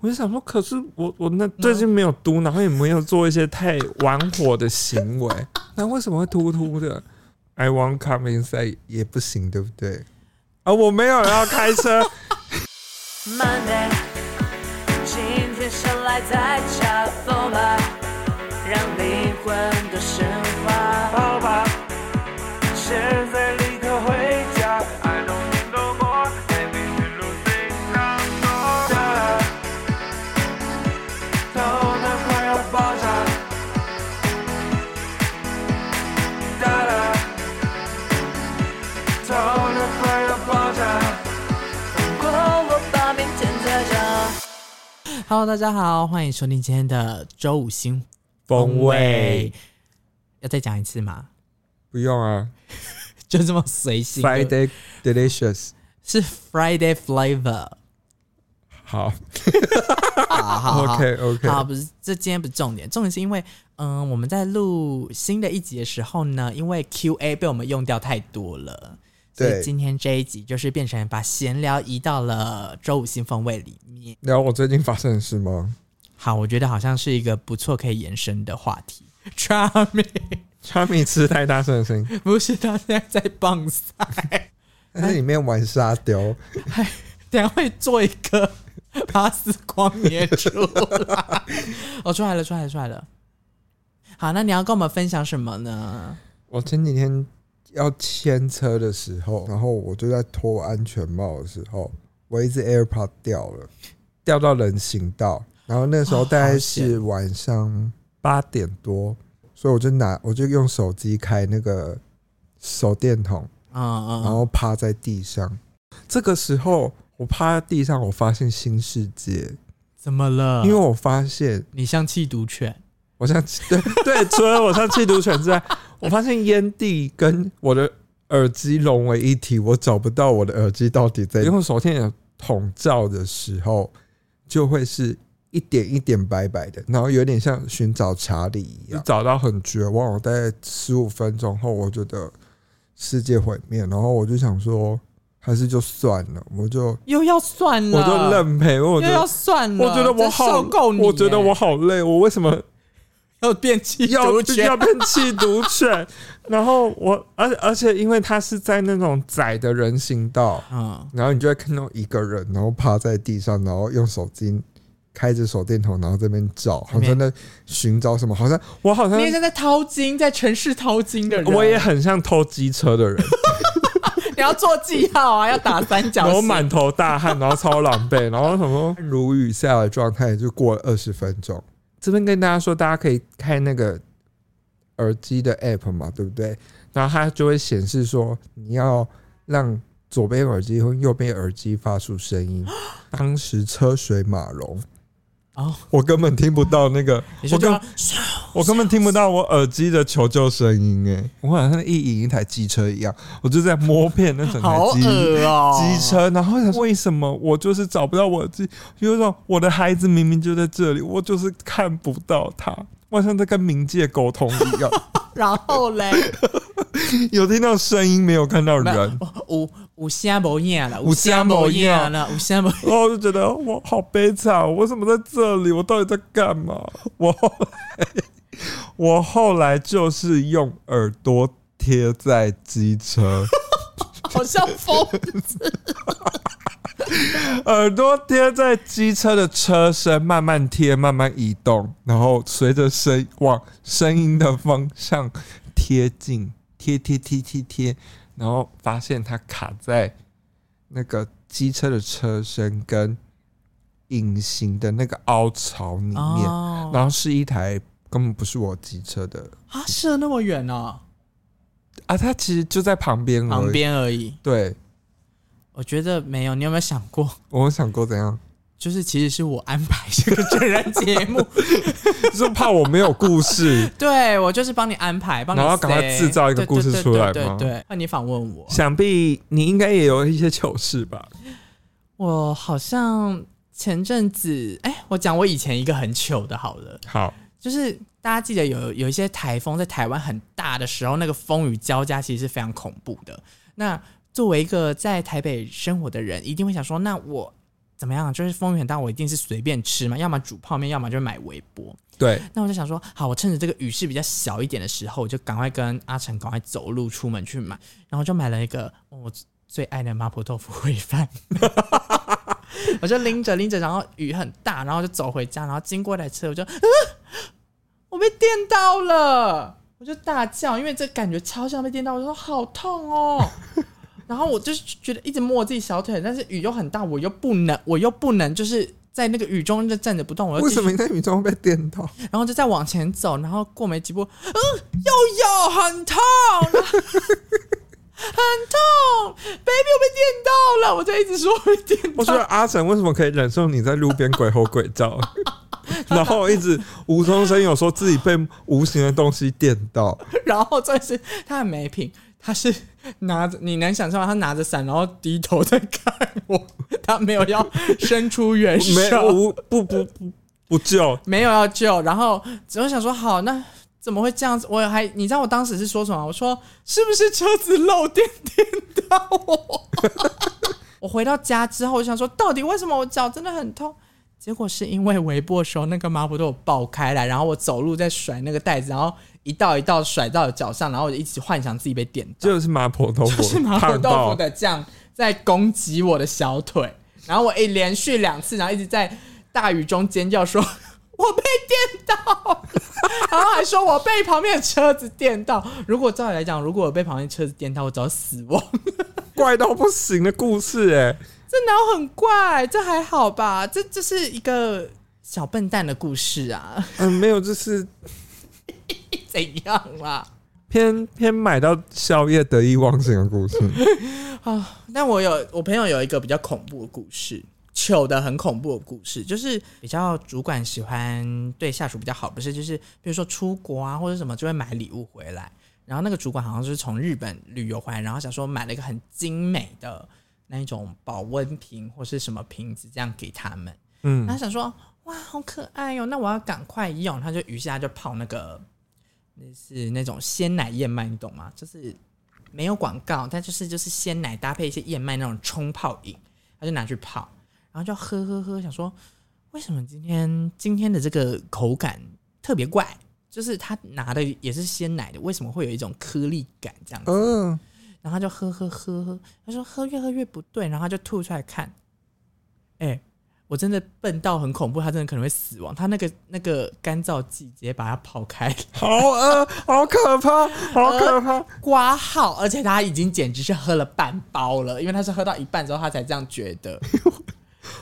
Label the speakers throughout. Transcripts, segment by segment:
Speaker 1: 我就想说，可是我我那最近没有嘟，然后也没有做一些太玩火的行 为，那为什么会突突的？I want come inside 也不行，对不对？啊，我没有要开 车，
Speaker 2: Monday，今天生来在恰逢吧，让灵魂的升华。好吧，现在立刻回家。I don't need no more, baby, you losing control. 头脑快要爆炸。哒啦，头脑快要爆炸。通过我把明天再讲。
Speaker 3: Hello，大家好，欢迎收听今天的周五星
Speaker 1: 风味，
Speaker 3: 要再讲一次吗？
Speaker 1: 不用啊
Speaker 3: 就这么随性就
Speaker 1: ，Friday delicious，
Speaker 3: 是 Friday flavor。
Speaker 1: 好
Speaker 3: 好 好好
Speaker 1: ，OK OK，
Speaker 3: 啊好，不是，这今天不是重点，重点是因为，嗯、我们在录新的一集的时候呢，因为 Q&A 被我们用掉太多了，所以
Speaker 1: 对
Speaker 3: 今天这一集就是变成把闲聊移到了周五新风味里面。
Speaker 1: 聊我最近发生的事吗？
Speaker 3: 好，我觉得好像是一个不错可以延伸的话题。Charmy，
Speaker 1: 小米吃太大声的声音，
Speaker 3: 不是他现在在棒赛，
Speaker 1: 他在里面玩沙雕，
Speaker 3: 等一下会做一个把死光捏出来。哦，出来了，出来了，出来了。好，那你要跟我们分享什么呢？
Speaker 1: 我前几天要牵车的时候，然后我就在脱安全帽的时候，我一只 AirPod 掉了，掉到人行道。然后那时候大概是晚上八点多，所以我就拿我就用手机开那个手电筒，
Speaker 3: 嗯嗯
Speaker 1: 然
Speaker 3: 嗯，
Speaker 1: 后趴在地上。这个时候我趴在地上，我发现新世界，
Speaker 3: 怎么了？
Speaker 1: 因为我发现
Speaker 3: 你像弃毒犬，
Speaker 1: 我像 对对，除了我像缉毒犬之外， 我发现烟蒂跟我的耳机融为一体，我找不到我的耳机到底在用手电筒照的时候，就会是一点一点白白的，然后有点像寻找查理一样，找到很绝望。我大概十五分钟后，我觉得世界毁灭，然后我就想说，还是就算了，我就
Speaker 3: 又要算了，
Speaker 1: 我就认赔，我觉
Speaker 3: 又啊要
Speaker 1: 得。
Speaker 3: 算了，
Speaker 1: 我觉得我
Speaker 3: 真
Speaker 1: 好
Speaker 3: 受够你耶，欸
Speaker 1: 我觉得我好累，我为什么
Speaker 3: 要变弃
Speaker 1: 要
Speaker 3: 毒犬
Speaker 1: 要，变弃毒犬。然后我，而而且因为它是在那种窄的人行道，
Speaker 3: 嗯，
Speaker 1: 然后你就会看到一个人，然后趴在地上，然后用手机开着手电筒，然后这边照，好像在寻找什么，好像我好像
Speaker 3: 你也像在掏金，在城市掏金的人，
Speaker 1: 我也很像偷机车的人，
Speaker 3: 你要做记号啊，要打三角
Speaker 1: 然后
Speaker 3: 形，
Speaker 1: 满头大汗，然后超狼狈，然后什么如雨下的状态，就过了二十分钟。这边跟大家说，大家可以开那个耳机的 app 嘛，对不对？然后它就会显示说，你要让左边耳机和右边耳机发出声 音。当时车水马龙，
Speaker 3: 哦，
Speaker 1: 我根本听不到那个，
Speaker 3: 你
Speaker 1: 我
Speaker 3: 说就
Speaker 1: 根
Speaker 3: 要
Speaker 1: 我根本听不到我耳机的求救声音。 哎，我好像一引一台机车一样，我就在摸遍那整台
Speaker 3: 好
Speaker 1: 机
Speaker 3: 恶哦，
Speaker 1: 机车，然后想说为什么我就是找不到我的机，有一种我的孩子明明就在这里，我就是看不到他，我好像在跟冥界沟通一 样，
Speaker 3: 然后嘞，
Speaker 1: 有听到声音没有看到人，
Speaker 3: 五五虾某样了，
Speaker 1: 有声无影
Speaker 3: 了，五虾某
Speaker 1: 然后我就觉得我好悲惨，啊我为什么在这里？我到底在干嘛？我后来我后来就是用耳朵贴在机车。
Speaker 3: 好像疯，
Speaker 1: 耳朵贴在机车的车身，慢慢贴，慢慢移动，然后随着声往声音的方向贴近，贴贴贴贴贴，然后发现它卡在那个机车的车身跟隐形的那个凹槽里面，
Speaker 3: 哦
Speaker 1: 然后是一台根本不是我机车的
Speaker 3: 啊，射那么远哦，
Speaker 1: 啊，它其实就在旁边而已，
Speaker 3: 旁边而已。
Speaker 1: 对。
Speaker 3: 我觉得没有，你有没有想过，
Speaker 1: 我有想过怎样，
Speaker 3: 就是其实是我安排这个真人节目，
Speaker 1: 就是怕我没有故事，
Speaker 3: 对我就是帮你安排，帮你
Speaker 1: 然后赶快
Speaker 3: say
Speaker 1: 制造一个故事出来吗
Speaker 3: 对对对对对，换你访问我，
Speaker 1: 想必你应该也有一些糗事吧？
Speaker 3: 我好像前阵子，哎、我讲我以前一个很糗的，好了，
Speaker 1: 好，
Speaker 3: 就是大家记得有有一些台风在台湾很大的时候，那个风雨交加其实是非常恐怖的。那作为一个在台北生活的人，一定会想说，那我怎么样，就是风雨很大，我一定是随便吃嘛，要么煮泡面，要么就买微波。
Speaker 1: 对，
Speaker 3: 那我就想说，好，我趁着这个雨势比较小一点的时候，我就赶快跟阿成赶快走路出门去买，然后就买了一个哦我最爱的麻婆豆腐烩饭。 我就拎着拎着，然后雨很大，然后就走回家，然后经过一台车，我就、啊、我被电到了，我就大叫，因为这感觉超像被电到，我就说好痛哦。然后我就是觉得一直摸我自己小腿，但是雨又很大，我又不能，我又不能就是在那个雨中就站着不动，我又
Speaker 1: 为
Speaker 3: 继续
Speaker 1: 什么你在雨中会被电到？
Speaker 3: 然后就再往前走，然后过没几步，嗯，又有很痛， 然后很痛，baby，我被电到了，我就一直说我被电
Speaker 1: 我觉
Speaker 3: 到
Speaker 1: 得。阿成为什么可以忍受你在路边鬼吼鬼叫， 然后一直无中生有说自己被无形的东西电 到？
Speaker 3: 然后再是他很没品，他是拿着，你能想象吗？他拿着伞，然后低头在看我，他没有要伸出援手，
Speaker 1: 没有无不不不不救，
Speaker 3: 没有要救，然后只有想说好，那怎么会这样子？我还你知道我当时是说什么吗？我说是不是车子漏电电到我？我回到家之后，我想说到底为什么我脚真的很痛？结果是因为围脖的时候那个麻婆豆腐爆开来，然后我走路在甩那个袋子，然后一道一道甩到我脚上，然后我就一直幻想自己被电到，
Speaker 1: 就是麻婆豆腐，
Speaker 3: 就是麻婆
Speaker 1: 烫
Speaker 3: 豆
Speaker 1: 到
Speaker 3: 腐的酱在攻击我的小腿，然后我一连续两次，然后一直在大雨中尖叫说：“ 我被电到！”然后还说我被旁边的车子电到。如果照理来讲，如果我被旁边车子电到，我早死亡。
Speaker 1: 怪到不行的故事哎、
Speaker 3: 这哪有很怪？这还好吧？这这是一个小笨蛋的故事啊，
Speaker 1: 嗯，没有，就是
Speaker 3: 怎样啊啦？
Speaker 1: 偏偏买到宵夜得意忘形的故事。
Speaker 3: 啊，但我有我朋友有一个比较恐怖的故事，糗的很恐怖的故事，就是比较主管喜欢对下属比较好，不是就是比如说出国啊或者什么就会买礼物回来，然后那个主管好像就是从日本旅游回来，然后想说买了一个很精美的那一种保温瓶或是什么瓶子这样给他们，
Speaker 1: 嗯
Speaker 3: 然后想说哇好可爱哟、那我要赶快用，他就于是他就泡那个那是那种鲜奶燕麦，你懂吗？就是没有广告，但就是就是鲜奶搭配一些燕麦那种冲泡饮，他就拿去泡，然后就喝喝喝，想说为什么今天今天的这个口感特别怪？就是他拿的也是鲜奶的，为什么会有一种颗粒感这样子？
Speaker 1: 嗯、
Speaker 3: 然后他就喝喝喝喝，他说喝越喝越不对，然后他就吐出来看，哎、我真的笨到很恐怖，他真的可能会死亡。他那个那个干燥剂直接把它泡开，
Speaker 1: 好饿，好可怕，好可怕。
Speaker 3: 刮号，而且他已经简直是喝了半包了，因为他是喝到一半之后他才这样觉 得。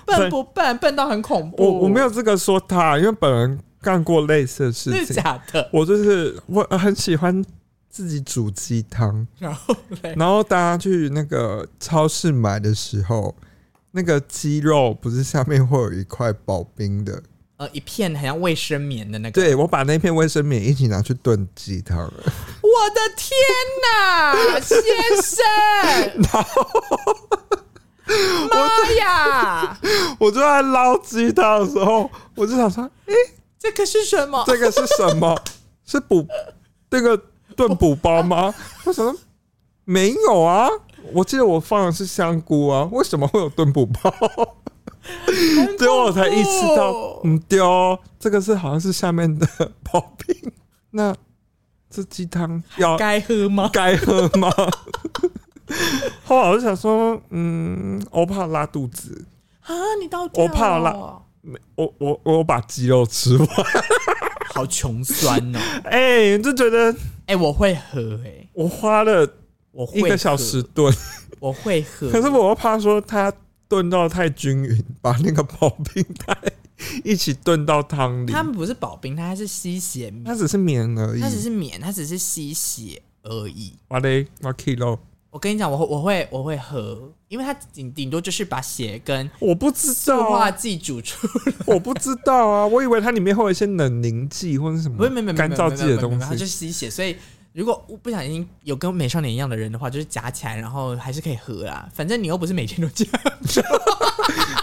Speaker 3: 笨不笨？笨到很恐怖。
Speaker 1: 我我没有资格说他，因为本人干过类似的事
Speaker 3: 是
Speaker 1: 情。
Speaker 3: 假的。
Speaker 1: 我就是我很喜欢自己煮鸡汤，
Speaker 3: 然后嘞，
Speaker 1: 然后大家去那个超市买的时候，那个鸡肉不是下面会有一块保冰的？
Speaker 3: 呃，一片很像卫生棉的那个。
Speaker 1: 对，我把那片卫生棉一起拿去炖鸡汤了。
Speaker 3: 我的天哪，先 生！妈呀，
Speaker 1: 我就在捞鸡汤的时候，我就想说，
Speaker 3: 这个是什 么？
Speaker 1: 这个是什么？是补那个炖补包吗？为什么没有啊？我记得我放的是香菇啊，为什么会有炖补包？ 结果我才意识到，
Speaker 3: 哦
Speaker 1: 嗯，丢、这个是好像是下面的刨冰。那这鸡汤要
Speaker 3: 该喝吗？
Speaker 1: 该喝吗？ 后来我就想说，嗯，我怕拉肚子，
Speaker 3: 啊，你到底要
Speaker 1: 我怕辣没我我我把鸡肉吃完，
Speaker 3: 好穷酸哦！
Speaker 1: 哎、就觉得
Speaker 3: 哎，我会喝，哎，
Speaker 1: 我花了
Speaker 3: 我会
Speaker 1: 一个
Speaker 3: 喝
Speaker 1: 小时，炖，
Speaker 3: 我会喝。
Speaker 1: 可是我又怕说它炖到太均匀，把那个刨冰带一起炖到汤里。
Speaker 3: 他们不是保冰，它是吸血棉，
Speaker 1: 它只是棉而已
Speaker 3: 它。只是棉，它只是吸血而已。
Speaker 1: 我嘞，我 kilo，
Speaker 3: 我跟你讲，我会我会我会喝，因为它顶顶多就是把血跟
Speaker 1: 我不知
Speaker 3: 塑
Speaker 1: 道
Speaker 3: 化
Speaker 1: 啊，嗯
Speaker 3: 剂煮出来。
Speaker 1: 我不知道啊，我以为它里面会有一些冷凝剂或者什
Speaker 3: 不
Speaker 1: 么
Speaker 3: 是，没有没有没有
Speaker 1: 干
Speaker 3: 没有
Speaker 1: 燥剂的
Speaker 3: 没有没有
Speaker 1: 东
Speaker 3: 它就
Speaker 1: 西。
Speaker 3: 吸血，所以。如果不小心有跟美少年一样的人的话，就是夹起来，然后还是可以喝啦。反正你又不是每天都这样，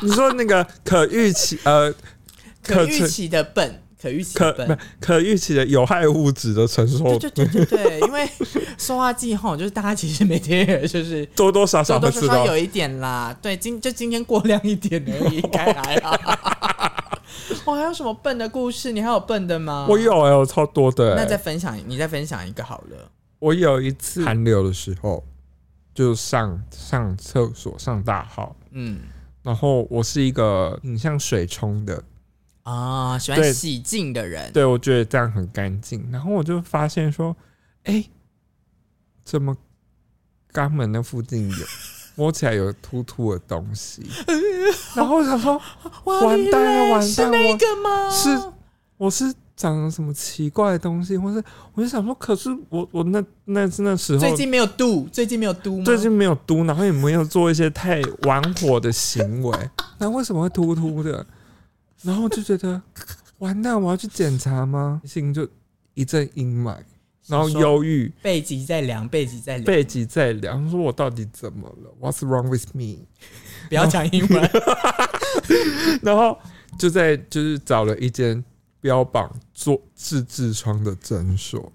Speaker 1: 你说那个可预期呃，
Speaker 3: 可
Speaker 1: 可
Speaker 3: 预
Speaker 1: 成
Speaker 3: 期的笨，可预期
Speaker 1: 可
Speaker 3: 的
Speaker 1: 不
Speaker 3: 笨。
Speaker 1: 可预期的有害物质的承受
Speaker 3: 对，对对对对，因为说话记吼，就是大家其实每天也就是
Speaker 1: 多多少少
Speaker 3: 多
Speaker 1: 会
Speaker 3: 多
Speaker 1: 知
Speaker 3: 少
Speaker 1: 道
Speaker 3: 少有一点啦。对，今就今天过量一点而已，应该还好。我还有什么笨的故事？你还有笨的吗？
Speaker 1: 我。有哎、我超多的、
Speaker 3: 啊那
Speaker 1: 欸。
Speaker 3: 再分享，你再分享一个好了。
Speaker 1: 我有一次寒流的时候，就上上厕所上大号，
Speaker 3: 嗯
Speaker 1: 然后我是一个挺像水冲的，
Speaker 3: 啊，喜
Speaker 1: 对
Speaker 3: 欢洗净的人，
Speaker 1: 对我觉得这样很干净。然后我就发现说，哎、怎么肛门那附近有摸起来有突突的东西？然后我想说，
Speaker 3: 哇
Speaker 1: 完蛋了
Speaker 3: 你嘞
Speaker 1: 完蛋
Speaker 3: 是那
Speaker 1: 我
Speaker 3: 个吗？
Speaker 1: 是我是长了什么奇怪的东西，或是我就想说，可是我我那那那时候
Speaker 3: 最近没有度，最近没有度吗？
Speaker 1: 最近没有嘟，然后也没有做一些太玩火的行为， 那为什么会突突的？然后我就觉 得完蛋，我要去检查吗？心就一阵阴霾，然后忧郁，
Speaker 3: 背脊在凉，背脊在凉，
Speaker 1: 背脊在凉，说我到底怎么了？What's wrong with me？
Speaker 3: 不要讲英文。
Speaker 1: 然后就在就是找了一间标榜做治痔疮的诊 所。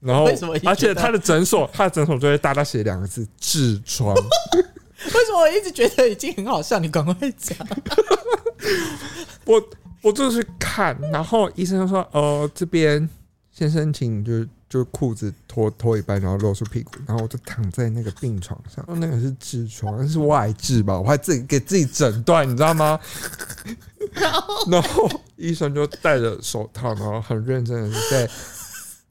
Speaker 1: 然后
Speaker 3: 为什么一，直
Speaker 1: 而且
Speaker 3: 到
Speaker 1: 他的诊所，他的诊所就会大大写两个字“痔疮”，
Speaker 3: 为什么我一直觉得已经很好笑？你赶快讲。
Speaker 1: 我我就去看，然后医生就说：“呃，这边先生，请就是就是裤子脱脱一半，然后露出屁股。”然后我就躺在那个病床上，哦那个是痔疮，那是外痔吧？我还自己给自己诊断，你知道吗？然后医生就戴着手套，然后很认真的在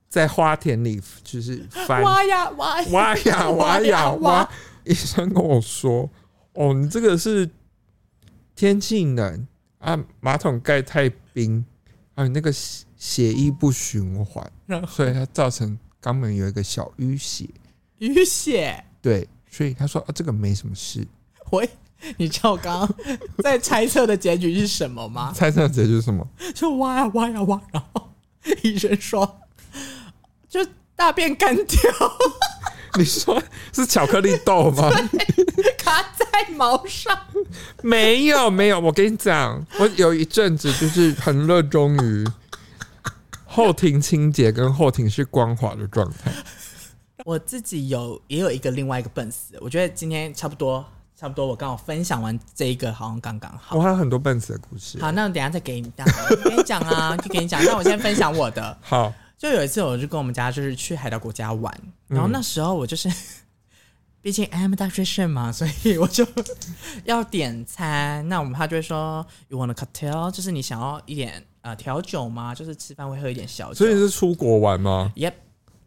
Speaker 1: 在花田里就是翻
Speaker 3: 挖呀 挖呀
Speaker 1: 挖呀挖呀
Speaker 3: 挖
Speaker 1: 挖。医生跟我说：“哦，你这个是天气冷啊，马桶盖太冰啊，你那个血血液不循环，
Speaker 3: 然后
Speaker 1: 所以它造成肛门有一个小淤血。
Speaker 3: 淤血，
Speaker 1: 对，所以他说啊，这个没什么事。
Speaker 3: 喂，你知道我刚刚在猜测的结局是什么吗？
Speaker 1: 猜测结局是什 么？
Speaker 3: 就挖呀挖呀挖，然后医生说，就大便干掉，
Speaker 1: 你说是巧克力豆吗？
Speaker 3: 卡在毛上。
Speaker 1: 没有，没有。我跟你讲，我有一阵子就是很热衷于后庭清洁跟后庭是光滑的状态。”
Speaker 3: 我自己有也有一个另外一个笨死，我觉得今天差不多，差不多我刚好分享完这一个，好像刚刚好。
Speaker 1: 我哦还有很多笨死的故事。
Speaker 3: 好，那我等一下再给你讲，跟你讲啊，就给你讲。那我先分享我的，
Speaker 1: 好，
Speaker 3: 就有一次，我就跟我们家就是去海岛国家玩，
Speaker 1: 嗯
Speaker 3: 然后那时候我就是， 毕竟 I'm a dietitian 嘛，所以我就要点餐。那我们他就会说，You want a cocktail？就是你想要一点呃调酒吗？就是吃饭会喝一点小酒。
Speaker 1: 所以你是出国玩吗？
Speaker 3: Yep，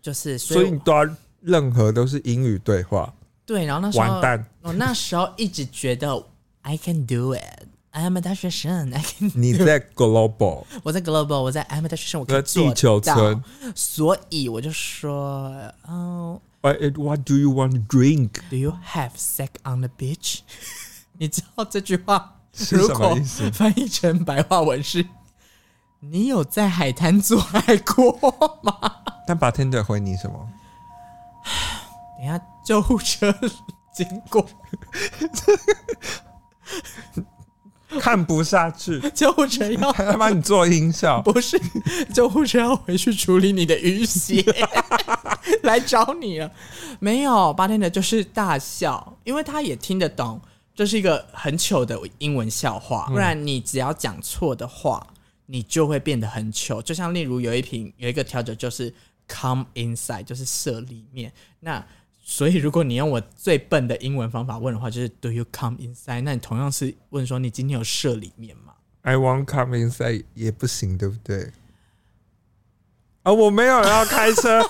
Speaker 3: 就是所
Speaker 1: 所
Speaker 3: 以
Speaker 1: 以你都要任何都是英语对 话，
Speaker 3: 对，然后那时候
Speaker 1: 完蛋，
Speaker 3: 我那时候一直觉得 I can do it。I'm a dietitian，I can
Speaker 1: 你在 global
Speaker 3: 我在 Global，我在 I'm a dietitian，我可以
Speaker 1: 在地球
Speaker 3: 做
Speaker 1: 村
Speaker 3: 到，所以我就说，嗯、
Speaker 1: What What do you want to drink？
Speaker 3: Do you have sex on the beach？你 知道这句话
Speaker 1: 是
Speaker 3: 如
Speaker 1: 什么
Speaker 3: 果
Speaker 1: 意思
Speaker 3: 翻译成白话文是：你有在海滩做爱过吗？
Speaker 1: 但 bartender 回你什么？
Speaker 3: 等一下救护车经过，
Speaker 1: 看不下去，
Speaker 3: 救护车要
Speaker 1: 还要帮你做音效。
Speaker 3: 不是救护车要回去处理你的淤血，来找你了。没有，八天的就是大笑，因为他也听得懂，这是一个很糗的英文笑话。不然你只要讲错的话，你就会变得很糗。就像例如有一瓶有一个调酒就是 come inside，就是射里面那。所以，如果你用我最笨的英文方法问的话，就是 Do you come inside？那你同样是问说你今天有射里面吗？
Speaker 1: I want come inside 也不行，对不对？啊，我没有要开 车，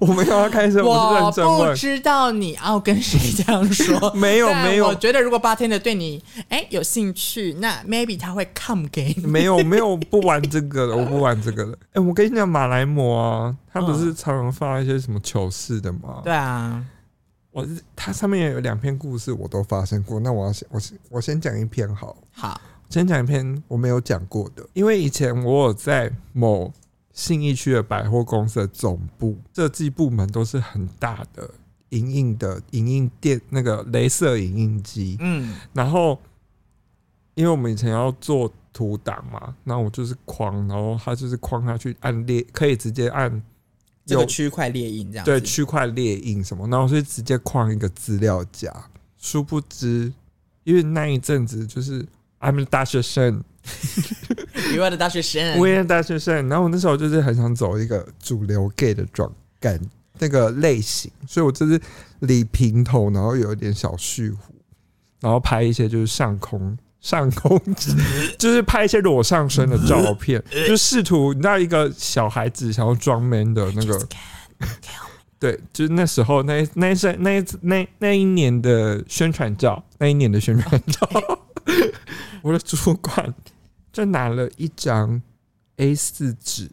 Speaker 1: 我没有要开车，我是认真
Speaker 3: 不
Speaker 1: 问。
Speaker 3: 知道你要跟谁这样 说，
Speaker 1: 没有
Speaker 3: 但
Speaker 1: 没有
Speaker 3: 我觉得如果八天的对你哎有兴趣，那 maybe 他会 come 给 你。
Speaker 1: 没有没有不玩这个了，我不玩这个了。哎、我跟你讲，马来貘啊，他不是常常发一些什么糗事的吗？
Speaker 3: 嗯对啊，
Speaker 1: 我是它上面有两篇故事，我都发生过。那我要先，我先我先讲一篇好，
Speaker 3: 好，
Speaker 1: 先讲一篇我没有讲过的，因为以前我有在某信义区的百货公司的总部，设计部门都是很大的影印的影印店，那个镭射影印机，
Speaker 3: 嗯
Speaker 1: 然后因为我们以前要做图档嘛，那我就是框，然后它就是框下去按列，可以直接按
Speaker 3: 这个
Speaker 1: 有
Speaker 3: 区块列印这样子。
Speaker 1: 对区块列印什么，然后是直接框一个资料夹。殊不知，因为那一阵子就是 I'm a 大学生，
Speaker 3: 以外的大学生，
Speaker 1: 我也是大学生，然后我那时候就是很想走一个主流 gay 的状感那个类型，所以我就是理平头，然后有一点小蓄胡，然后拍一些就是上空。 上空就是拍一些裸上身的照片，就试图你知道一个小孩子想要装 man 的那个，对，就是那时候那一那一阵那一那那一年的宣传照，那一年的宣传照， 我的主管就拿了一张 A 四纸，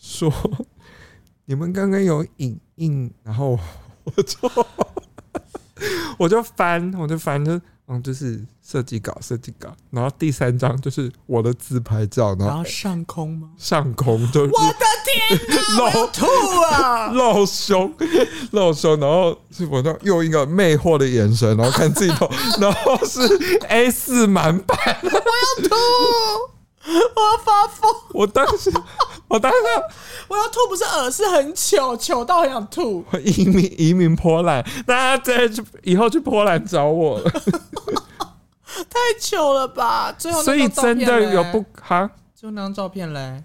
Speaker 1: 说你们刚刚有影印，然后我 就我就翻，我就翻，就嗯，就是设计稿，设计稿，然后第三张就是我的自拍照，然
Speaker 3: 然
Speaker 1: 后
Speaker 3: 后上空吗？
Speaker 1: 上空就是
Speaker 3: 我的天 哪，
Speaker 1: 露
Speaker 3: 我要吐 啊！
Speaker 1: 露胸，露胸，然后是我那用一个魅惑的眼神，然后看镜头，然后是 A 四满版。
Speaker 3: 吐！我要发疯！
Speaker 1: 我当时，我当时
Speaker 3: 我要吐不是耳，是很糗，糗到很想吐。
Speaker 1: 我 移民移民波兰，大家再去以后去波兰找 我了。
Speaker 3: 太糗了吧！最后那
Speaker 1: 所以
Speaker 3: 张照片
Speaker 1: 真的
Speaker 3: 嘞
Speaker 1: 有不哈
Speaker 3: 就那张照片嘞？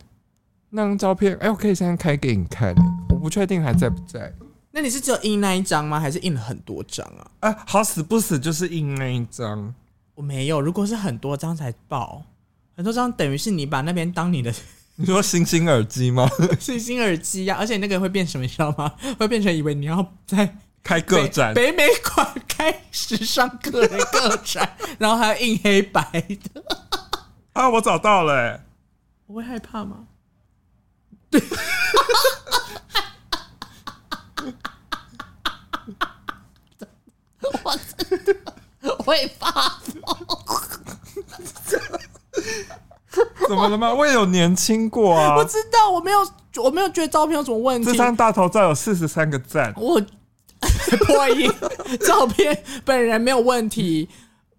Speaker 1: 那张照片？哎、我可以现在开给你看、欸，我不确定还在不在。
Speaker 3: 那你是只有印那一张吗？还是印了很多张啊？
Speaker 1: 哎、好死不死就是印那一张，
Speaker 3: 我没有，如果是很多张才报，很多张等于是你把那边当你的
Speaker 1: 你说星星耳机吗？
Speaker 3: 最新耳机呀、而且那个会变什么，你知道吗？ 会变成以为你要在
Speaker 1: 开
Speaker 3: 北
Speaker 1: 个展，
Speaker 3: 北美馆开时尚个人个展， 然后还要印黑白的，
Speaker 1: 啊，我找到了、欸
Speaker 3: 我会害怕吗？ 我真的会发疯。
Speaker 1: 怎么 了吗？我也有年轻过啊
Speaker 3: 我知道，我没有，我没有觉得照片有什么问题
Speaker 1: 这。张大头照有四十三个赞，
Speaker 3: 我破音，照片本人没有问题，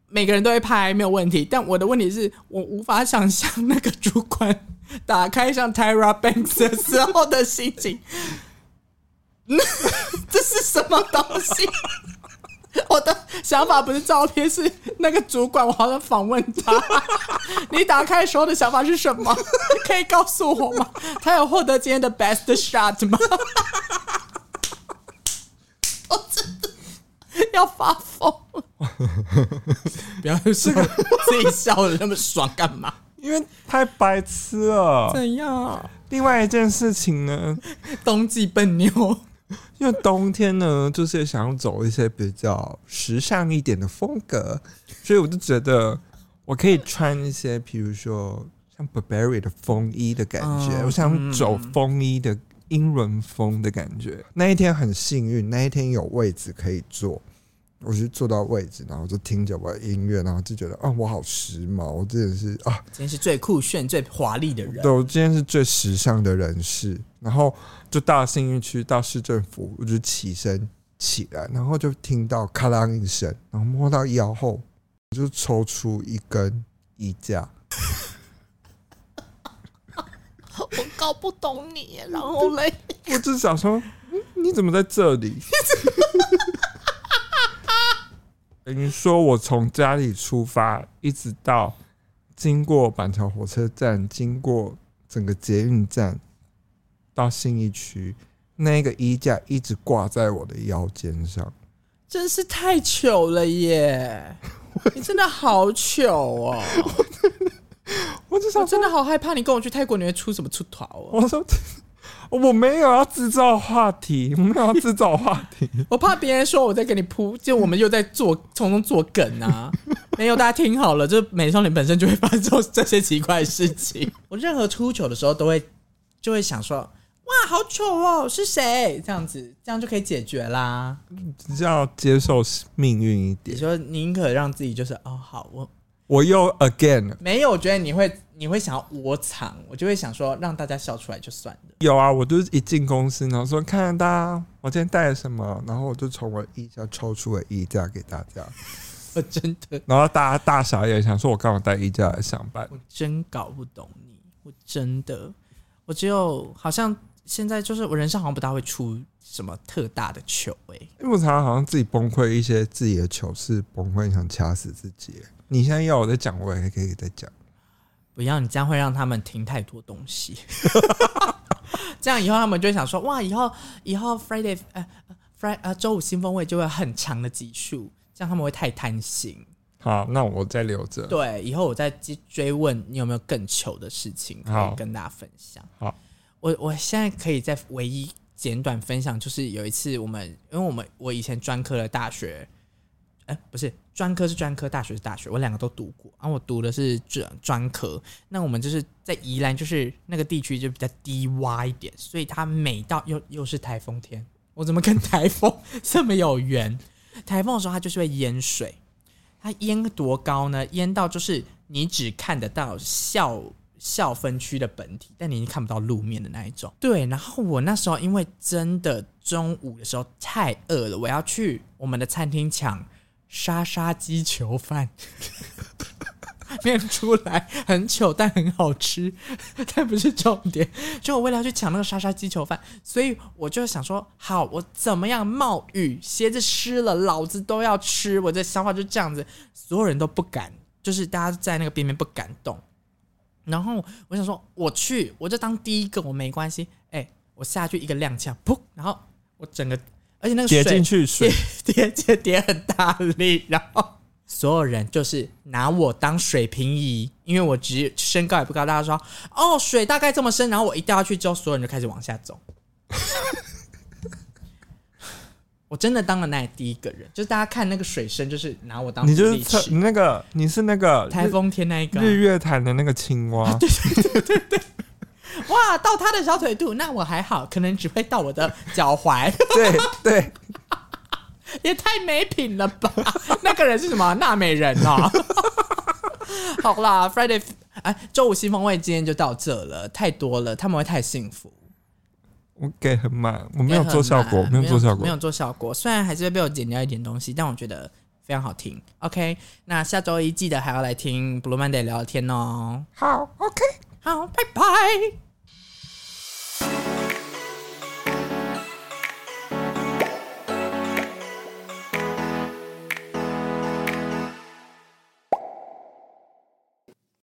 Speaker 3: 每个人都会拍，没有问题。但我的问题是我无法想象那个主管打开像 Tyra Banks 的时候的心情。嗯，这是什么东西？我的想法不是照片，是那个主管，我好想访问他。 你打开的时候的想法是什么？可以告诉我吗？他有获得今天的 best shot 吗？我真的要发疯了！ 不要这个自己笑的那么爽干嘛？
Speaker 1: 因为太白痴了。
Speaker 3: 怎样？
Speaker 1: 另外一件事情呢，
Speaker 3: 冬季笨妞，
Speaker 1: 因为冬天呢，就是想要走一些比较时尚一点的风格，所以我就觉得我可以穿一些，比如说像 Burberry 的风衣的感觉，
Speaker 3: 嗯
Speaker 1: 我想走风衣的英伦风的感觉。那一天很幸运，那一天有位置可以坐。我就坐到位置，然后就听着我的音乐，然后就觉得啊，我好时髦，我真的是啊，
Speaker 3: 今天是最酷炫、最华丽的人
Speaker 1: 对，。我今天是最时尚的人士，然后就到信义区，到市政府，我就起身起来，然后就听到咔啷一声，然后摸到腰后，我就抽出一根衣架，
Speaker 2: 我搞不懂你，然后嘞，
Speaker 1: 我就想说，嗯你怎么在这里？ 等于说我从家里出发，一直到经过板桥火车站，经过整个捷运站，到信义区，那个衣架一直挂在我的腰间上。
Speaker 3: 真是太糗了 耶！你真的好糗哦！
Speaker 1: 我就
Speaker 3: 我
Speaker 1: 想说，
Speaker 3: 真的好害怕，你跟我去泰国你会出什么出逃哦？
Speaker 1: 我说 我没有要制造话题，我没有要制造话题。
Speaker 3: 我怕别人说我在给你铺，就我们又在做从中作梗 啊！没有，大家听好了，就是美少女本身就会发生这些奇怪的事情。 我任何出糗的时候都会就会想说，哇，好糗哦，是谁？这样子，这样就可以解决啦。
Speaker 1: 只是要接受命运一
Speaker 3: 你
Speaker 1: 点。
Speaker 3: 说宁可让自己就是哦，好，我
Speaker 1: 我又 again 了。
Speaker 3: 没有，我觉得你会你会想要窝藏，我就会想说让大家笑出来就算了。
Speaker 1: 有啊，我就是一进公司，然后说看大家我今天带了什么，然后我就从我衣架抽出了衣架给大家，
Speaker 3: 我真的，
Speaker 1: 然后大家大傻眼，想说我干嘛带衣架来上班？
Speaker 3: 我真搞不懂你，我真的，我只有好像现在就是我人生好像不大会出什么特大的糗哎、
Speaker 1: 因为我常常好像自己崩溃，一些自己的糗事崩溃，想掐死自己。你现在要我再讲，我也可以再讲。
Speaker 3: 不要，你这样会让他们听太多东西。 这样以后他们就会想说，哇，以后以后 Friday 呃 Friday 呃周五新风味就会有很长的集数，这样他们会太贪心。
Speaker 1: 好，那我再留着。
Speaker 3: 对，以后我再追追问你有没有更糗的事情可
Speaker 1: 好
Speaker 3: 以跟大家分享。
Speaker 1: 好，
Speaker 3: 我我现在可以再唯一简短分享，就是有一次我们，因为我们我以前专科的大学，哎、不是专科是专科，大学是大学，我两个都读过。然、后我读的是专专科，那我们就是在宜兰，就是那个地区就比较低洼一点，所以它每到又又是台风天，我怎么跟台风 这么有缘？台风的时候它就是会淹水，它淹多高呢？淹到就是你只看得到校校分区的本体，但你已经看不到路面的那一种。对，然后我那时候因为真的中午的时候太饿了，我要去我们的餐厅抢沙沙鸡球饭。念出来很糗，但很好吃， 但不是重点。就我为了要去抢那个沙沙鸡球饭，所以我就想说，好，我怎么样冒雨，鞋子湿了，老子都要吃。我的想法就这样子，所有人都不敢，就是大家在那个边边不敢动。然后我想说，我去，我就当第一个，我没关系。哎、我下去一个踉跄，噗，然后我整个，而且那个
Speaker 1: 跌
Speaker 3: 水
Speaker 1: 进去水
Speaker 3: 跌，跌跌跌很大力，然后所有人就是拿我当水平仪，因为我只身高也不高，大家说哦水大概这么深，然后我一掉下去之后，所有人就开始往下走。我真的当了那第一个人，就是大家看那个水深，就是拿我当
Speaker 1: 你就
Speaker 3: 浮力
Speaker 1: 是侧
Speaker 3: 尺
Speaker 1: 你那个，你是那个
Speaker 3: 台
Speaker 1: 日
Speaker 3: 风天那一个啊，
Speaker 1: 日月潭的那个青 蛙，
Speaker 3: 哇，到他的小腿肚，那我还好，可能只会到我的脚踝。
Speaker 1: 对对，
Speaker 3: 也太没品了吧！ 那个人是什么？纳美人哦。 好啦，Friday，哎，周五新风味今天就到这了，太多了，他们会太幸福。
Speaker 1: 我给很满，我没有做效果，
Speaker 3: 也很
Speaker 1: 没
Speaker 3: 难
Speaker 1: 有做效
Speaker 3: 没有
Speaker 1: 果。
Speaker 3: 做效果。虽然还是会被我剪掉一点东西，但我觉得非常好听。OK，那下周一记得还要来听 Blue Monday 聊天哦。
Speaker 1: 好，OK。
Speaker 3: 好，拜拜。